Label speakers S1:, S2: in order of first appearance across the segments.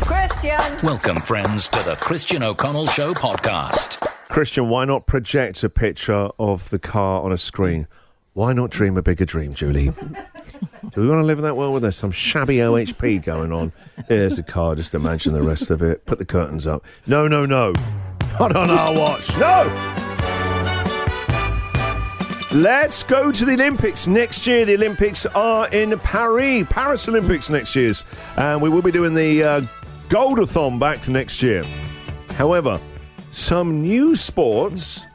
S1: Christian.
S2: Welcome, friends, to the Christian O'Connell Show podcast.
S3: Christian, why not project a picture of the car on a screen? Why not dream a bigger dream, Julie? Do we want to live in that world where there's some shabby OHP going on? Here's a car, just imagine the rest of it. Put the curtains up. No, no, no. Not on our watch. No! Let's go to the Olympics next year. The Olympics are in Paris, Paris Olympics next year's, and we will be doing the uh, Goldathon back next year. However, some new sports.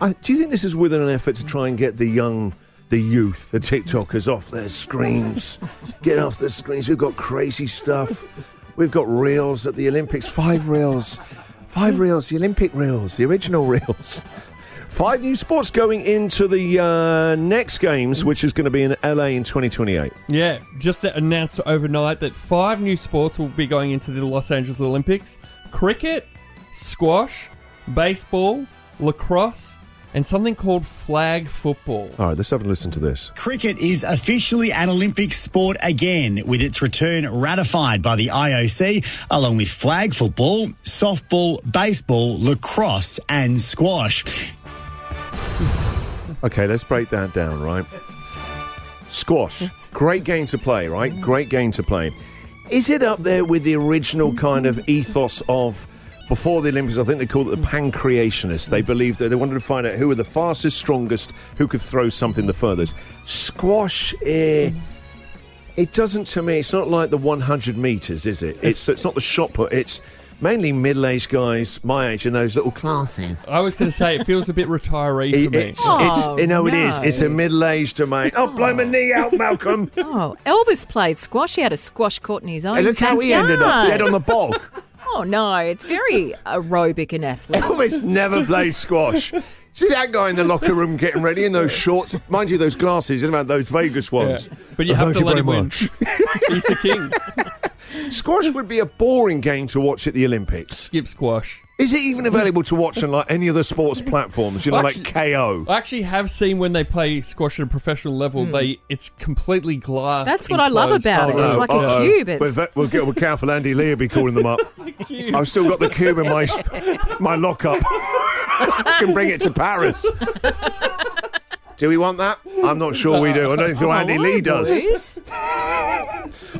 S3: I, do you think this is within an effort to try and get the young, the youth, the TikTokers off their screens? Get off their screens. We've got crazy stuff. We've got reels at the Olympics. Five reels. Five reels. The Olympic reels. The original reels. Five new sports going into the uh, next games, which is going to be in LA in 2028.
S4: Yeah, just announced overnight that five new sports will be going into the Los Angeles Olympics cricket, squash, baseball, lacrosse, and something called flag football.
S3: All right, let's have a listen to this.
S5: Cricket is officially an Olympic sport again, with its return ratified by the IOC, along with flag football, softball, baseball, lacrosse, and squash.
S3: Okay, let's break that down, right? Squash. Great game to play, right? Great game to play. Is it up there with the original kind of ethos of before the Olympics? I think they called it the pancreationists. They believed that they wanted to find out who were the fastest, strongest, who could throw something the furthest. Squash, eh, it doesn't to me. It's not like the 100 meters, is it? It's it's not the shot put. It's mainly middle-aged guys my age in those little classes.
S4: I was going to say it feels a bit retiree for
S3: It-
S4: me.
S3: It's, it's, you know, it is.
S1: Oh, no.
S3: It's a middle-aged domain. Oh, blow my knee out, Malcolm. hey,
S1: Oh, Elvis played squash. He had a squash court in his own.
S3: look how he ended up,
S1: backyard.
S3: dead on the bog.
S1: Oh no, it's very aerobic and athletic.
S3: Elvis never played squash. See that guy in the locker room getting ready in those shorts? Mind you, those glasses, you know, those Vegas
S4: Yeah.
S3: ones. Oh,
S4: But you have to let him win. He's the king.
S3: Squash would be a boring game to watch at the Olympics.
S4: Skip squash.
S3: Is it even available to watch on like any other sports platforms? You know, like
S4: Actually-
S3: KO.
S4: I actually have seen when they play squash at a professional level, they it's completely glass.
S1: That's what I love
S4: enclosed.
S3: Oh,
S1: about it. It's like a
S3: Uh-oh.
S1: cube. It's-
S3: We're, ve- we'll get we'll careful. Andy Lee will be calling them up. I've still got the cube in my my lockup. I can bring it to Paris. Do we want that? I'm not sure we do. I don't think Andy Lee does.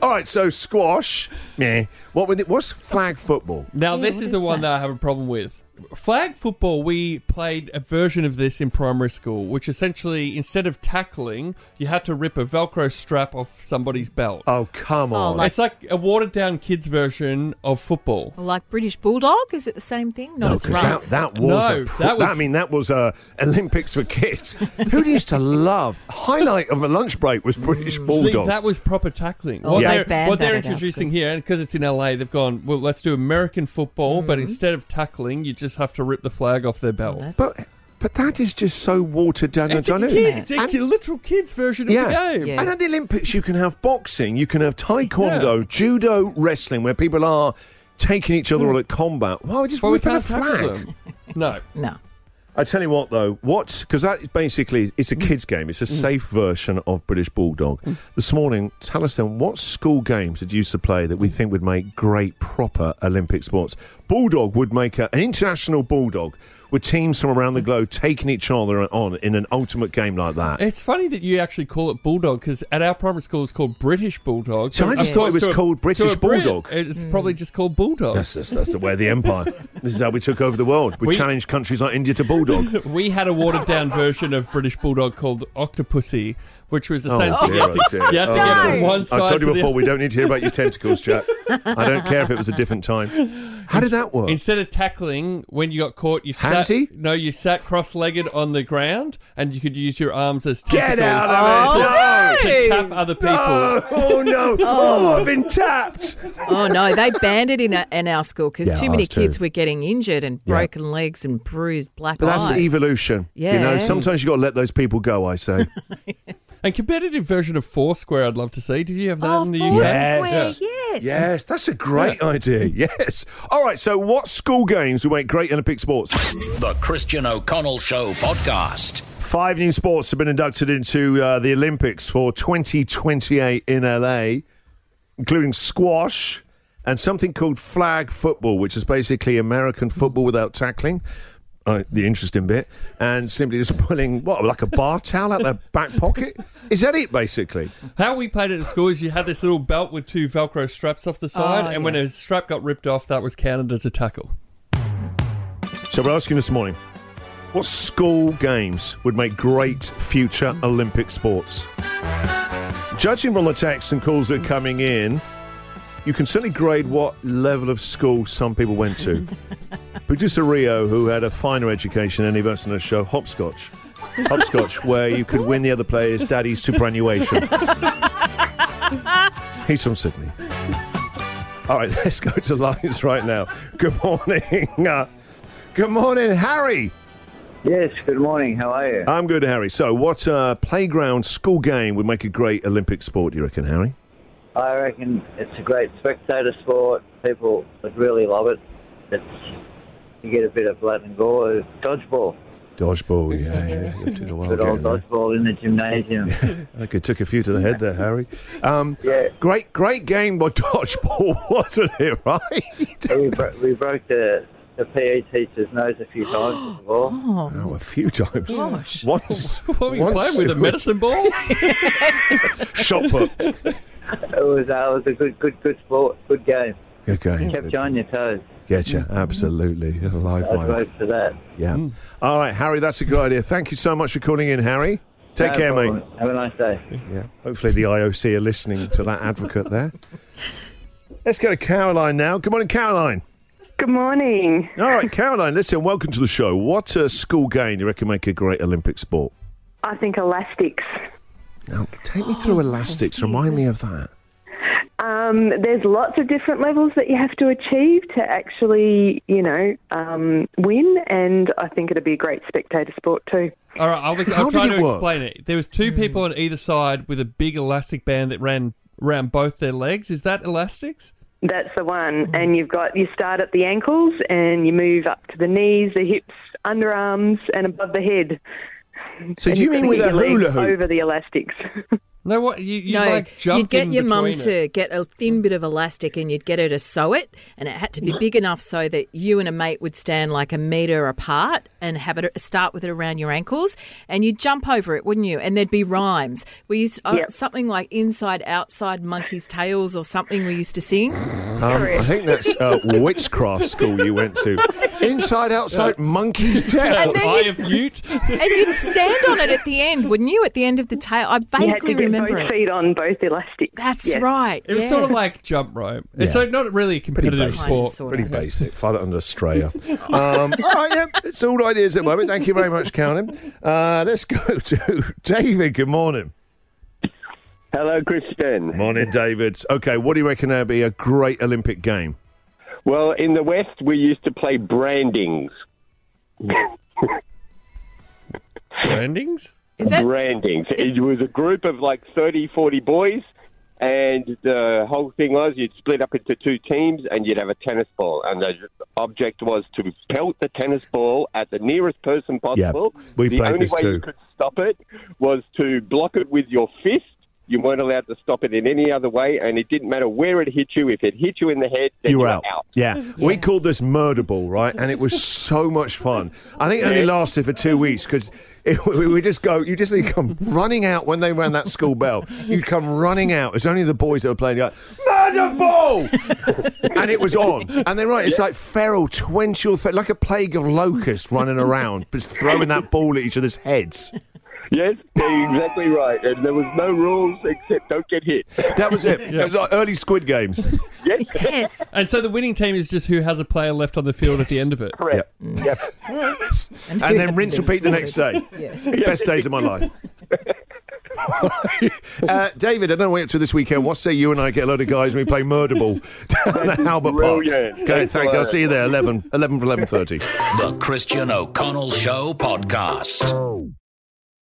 S3: All right, so squash. Yeah. What with it? What's flag football?
S4: Now,
S1: Yeah,
S4: this
S1: what
S4: is the
S1: is
S4: one
S1: that?
S4: that I have a problem with. Flag football, we played a version of this in primary school, which essentially, instead of tackling, you had to rip a Velcro strap off somebody's belt.
S3: Oh come on!
S1: like-
S4: it's like a watered down kids' version of football.
S1: Like British bulldog, is it the same thing? Not
S3: no,
S1: as
S3: because that,
S1: rough.
S3: that was
S4: No,
S3: a pr-
S4: that was-
S3: I mean, that was a Olympics for kids. Who used to love? Highlight of a lunch break was British
S4: See,
S3: Bulldog.
S4: that was proper tackling.
S1: Oh,
S4: what
S1: they
S4: they're,
S1: banned
S4: what
S1: that
S4: they're
S1: at our
S4: introducing
S1: school.
S4: here, and because it's in LA, they've gone, well, let's do American football, but
S1: Mm-hmm.
S4: instead of tackling, you just have to rip the flag off their belt.
S1: That's-
S3: But but that is just so watered down
S4: it's
S3: and
S4: a,
S3: dilute.
S4: kid, it's a
S3: And-
S4: kid- literal kids' version of the game.
S1: Yeah.
S3: And at the Olympics, you can have boxing, you can have taekwondo, judo, wrestling, where people are taking each other on at combat. Why would just
S4: But Hmm. we
S3: whipping a
S4: can't tackle
S3: flag?
S4: them. No.
S1: no.
S3: I tell you what, though, what because that is basically it's a kids' game. It's a safe version of British Bulldog. This morning, tell us then what school games did you used to play that we think would make great proper Olympic sports? Bulldog would make a, an international bulldog with teams from around the globe taking each other on in an ultimate game like that.
S4: It's funny that you actually call it bulldog because at our primary school it's called British bulldog.
S3: So I
S4: of
S3: just thought
S4: course
S3: it was
S4: to a-
S3: called
S4: to
S3: British
S4: a Brit,
S3: bulldog.
S4: It's probably just called bulldog.
S3: That's, that's, that's the way of the empire. This is how we took over the world. We,
S4: We-
S3: challenged countries like India to bulldog.
S4: We had a watered down version of British bulldog called octopussy, which was the
S3: Oh,
S4: same thing.
S3: dear,
S4: you had to,
S3: oh, dear.
S4: you had to
S3: Oh,
S4: get
S1: dear.
S4: from one
S3: I
S4: side
S3: told
S4: to
S3: you
S4: the
S3: before, we don't need to hear about your tentacles, Jack. I don't care if it was a different time. How did that work?
S4: Instead of tackling, when you got caught, you sat.
S3: Hamsy?
S4: No, you sat cross-legged on the ground, and you could use your arms as
S3: Get
S4: tentacles
S3: out of
S1: Oh,
S3: it!
S1: no!
S3: No!
S1: it!
S4: to tap other people.
S3: Oh, oh, no! Oh, I've been tapped!
S1: Oh no, they banned it in, our in our school because
S3: Yeah,
S1: too many
S3: ours too.
S1: kids were getting injured and broken legs and bruised black
S3: But that's
S1: eyes.
S3: evolution. You know,
S1: Yeah.
S3: sometimes you got to let those people go, I say.
S4: And competitive version of Foursquare, I'd love to see. Did you have that
S1: Oh,
S4: in the
S1: four
S4: UK?
S1: square,
S3: Yes.
S1: yes.
S3: yes, that's a great idea. Yes. All right, so what school games will make great Olympic sports?
S2: The Christian O'Connell Show podcast.
S3: Five new sports have been inducted into uh, the Olympics for 2028 in LA, including squash, and something called flag football, which is basically American football without tackling. Uh, the interesting bit, and simply just pulling what like a bar towel out their back pocket. Is that it basically?
S4: How we played it at school is you had this little belt with two Velcro straps off the side,
S1: Oh,
S4: and when
S1: yeah.
S4: a strap got ripped off, that was counted as a tackle.
S3: So we're asking this morning, what school games would make great future Olympic sports? Judging from the texts and calls that are coming in, you can certainly grade what level of school some people went to. Producer Rio, who had a finer education than any of us on the show, hopscotch. Hopscotch, where you could win the other player's daddy's superannuation. He's from Sydney. All right, let's go to lines right now. Good morning. Uh, Good morning, Harry.
S6: Yes, good morning. How are you?
S3: I'm good, Harry. So, what uh, playground school game would make a great Olympic sport, do you reckon, Harry?
S6: I reckon it's a great spectator sport. People would really love it. It's you get a bit of blood and gore. Dodgeball,
S3: Dodgeball, yeah, yeah. You did a while
S6: good old
S3: getting there.
S6: dodgeball in the gymnasium.
S3: I think it took a few to the head there, Harry. Um,
S6: Yeah.
S3: Great, great game by dodgeball, wasn't it, right?
S6: we, bro- we broke the the PE teacher's nose a few times with the ball.
S3: oh, a few times.
S1: Gosh.
S3: Once.
S4: What were you
S3: once
S4: playing
S3: it
S4: with a
S3: was
S4: medicine ball?
S3: Shot put.
S6: It was uh, it was a good good good sport, good game.
S3: Good game.
S6: Kept you on your toes.
S3: Getcha, absolutely. A live
S6: I'd
S3: wire.
S6: vote for that.
S3: Yeah. All right, Harry, that's a good idea. Thank you so much for calling in, Harry. Take
S6: No
S3: care, mate.
S6: problem. Have a nice day.
S3: Yeah. Hopefully the IOC are listening to that advocate there. Let's go to Caroline now. Good morning, Caroline.
S7: Good morning.
S3: All right, Caroline, listen, welcome to the show. What uh, school game do you reckon make a great Olympic sport?
S7: I think elastics.
S3: Now, take me
S7: Oh,
S3: through elastics. Remind me of that.
S7: Um, there's lots of different levels that you have to achieve to actually, you know, um, win. And I think it'd be a great spectator sport too.
S4: All right, I'll,
S3: How
S4: I'll
S3: did
S4: try to
S3: it work?
S4: explain it. There was
S1: Hmm.
S4: two people on either side with a big elastic band that ran around both their legs. Is that elastics?
S7: That's the one.
S3: Mm-hmm.
S7: And you've got you start at the ankles and you move up to the knees, the hips, underarms, and above the head.
S3: So
S7: And
S3: do you mean
S7: you've got to
S3: with
S7: get
S3: a
S7: your legs
S3: hula hoop?
S7: over the elastics?
S4: No, what you, you
S1: no,
S4: like jumped
S1: you'd get
S4: in
S1: your mum
S4: between it.
S1: to get a thin bit of elastic and you'd get her to sew it, and it had to be big enough so that you and a mate would stand like a metre apart and have it start with it around your ankles, and you'd jump over it, wouldn't you? And there'd be rhymes. We used oh,
S7: Yep.
S1: something like inside, outside, monkeys' tails, or something we used to sing.
S3: Um, I think that's uh, witchcraft school you went to. Inside, outside, monkey's tail.
S1: And then
S4: Eye
S1: you-
S4: of mute.
S1: and you'd stand on it at the end, wouldn't you? At the end of the tail. I
S7: you had
S1: vaguely
S7: to
S1: remember
S7: get both
S1: it.
S7: feet on both elastics.
S1: That's
S7: Yes.
S1: right.
S4: It was sort of
S1: yes.
S4: like jump rope. It's so not really a competitive
S3: basic.
S1: Kind of,
S4: sport.
S1: sort
S3: Pretty
S1: of.
S3: basic. Find it under Australia. um, all right, yeah, it's all ideas at the moment. Thank you very much, Carolyn. Uh, let's go to David. Good morning.
S8: Hello, Christian.
S3: Morning, David. Okay, what do you reckon would be a great Olympic game?
S8: Well, in the West, we used to play brandings.
S4: Brandings?
S1: Is that
S8: brandings. It was a group of like 30, 40 boys, and the whole thing was you'd split up into two teams and you'd have a tennis ball. And the object was to pelt the tennis ball at the nearest person possible.
S3: we
S8: the
S3: played
S8: only
S3: this
S8: way
S3: too.
S8: you could stop it was to block it with your fist. You weren't allowed to stop it in any other way, and it didn't matter where it hit you. If it hit you in the head, then
S3: you were
S8: were
S3: out. Yeah. we called this murder ball, right? And it was so much fun. I think it only
S8: Yeah.
S3: lasted for two weeks because we would just go. You just need to come running out when they ran that school bell. You'd come running out. It's only the boys that were playing. Like, murder ball, and it was on. And they're right. It's like feral, twenty or 30, like a plague of locusts running around, just throwing that ball at each other's heads.
S8: Yes, you're exactly right. And there was no rules except don't get hit.
S3: That was it. It was like early Squid Games.
S1: yes?
S4: And so the winning team is just who has a player left on the field at the end of it.
S8: Correct. Yep.
S3: and then rinse repeat the next day. Best days of my life. uh, David, I don't know what you're up to this weekend. What say you and I get a load of guys and we play murder ball down at Albert
S8: brilliant.
S3: Park? Okay,
S8: That's
S3: thank you. I'll
S8: right.
S3: see you there, 11, 11 for 11.30.
S2: The Christian O'Connell Show Podcast.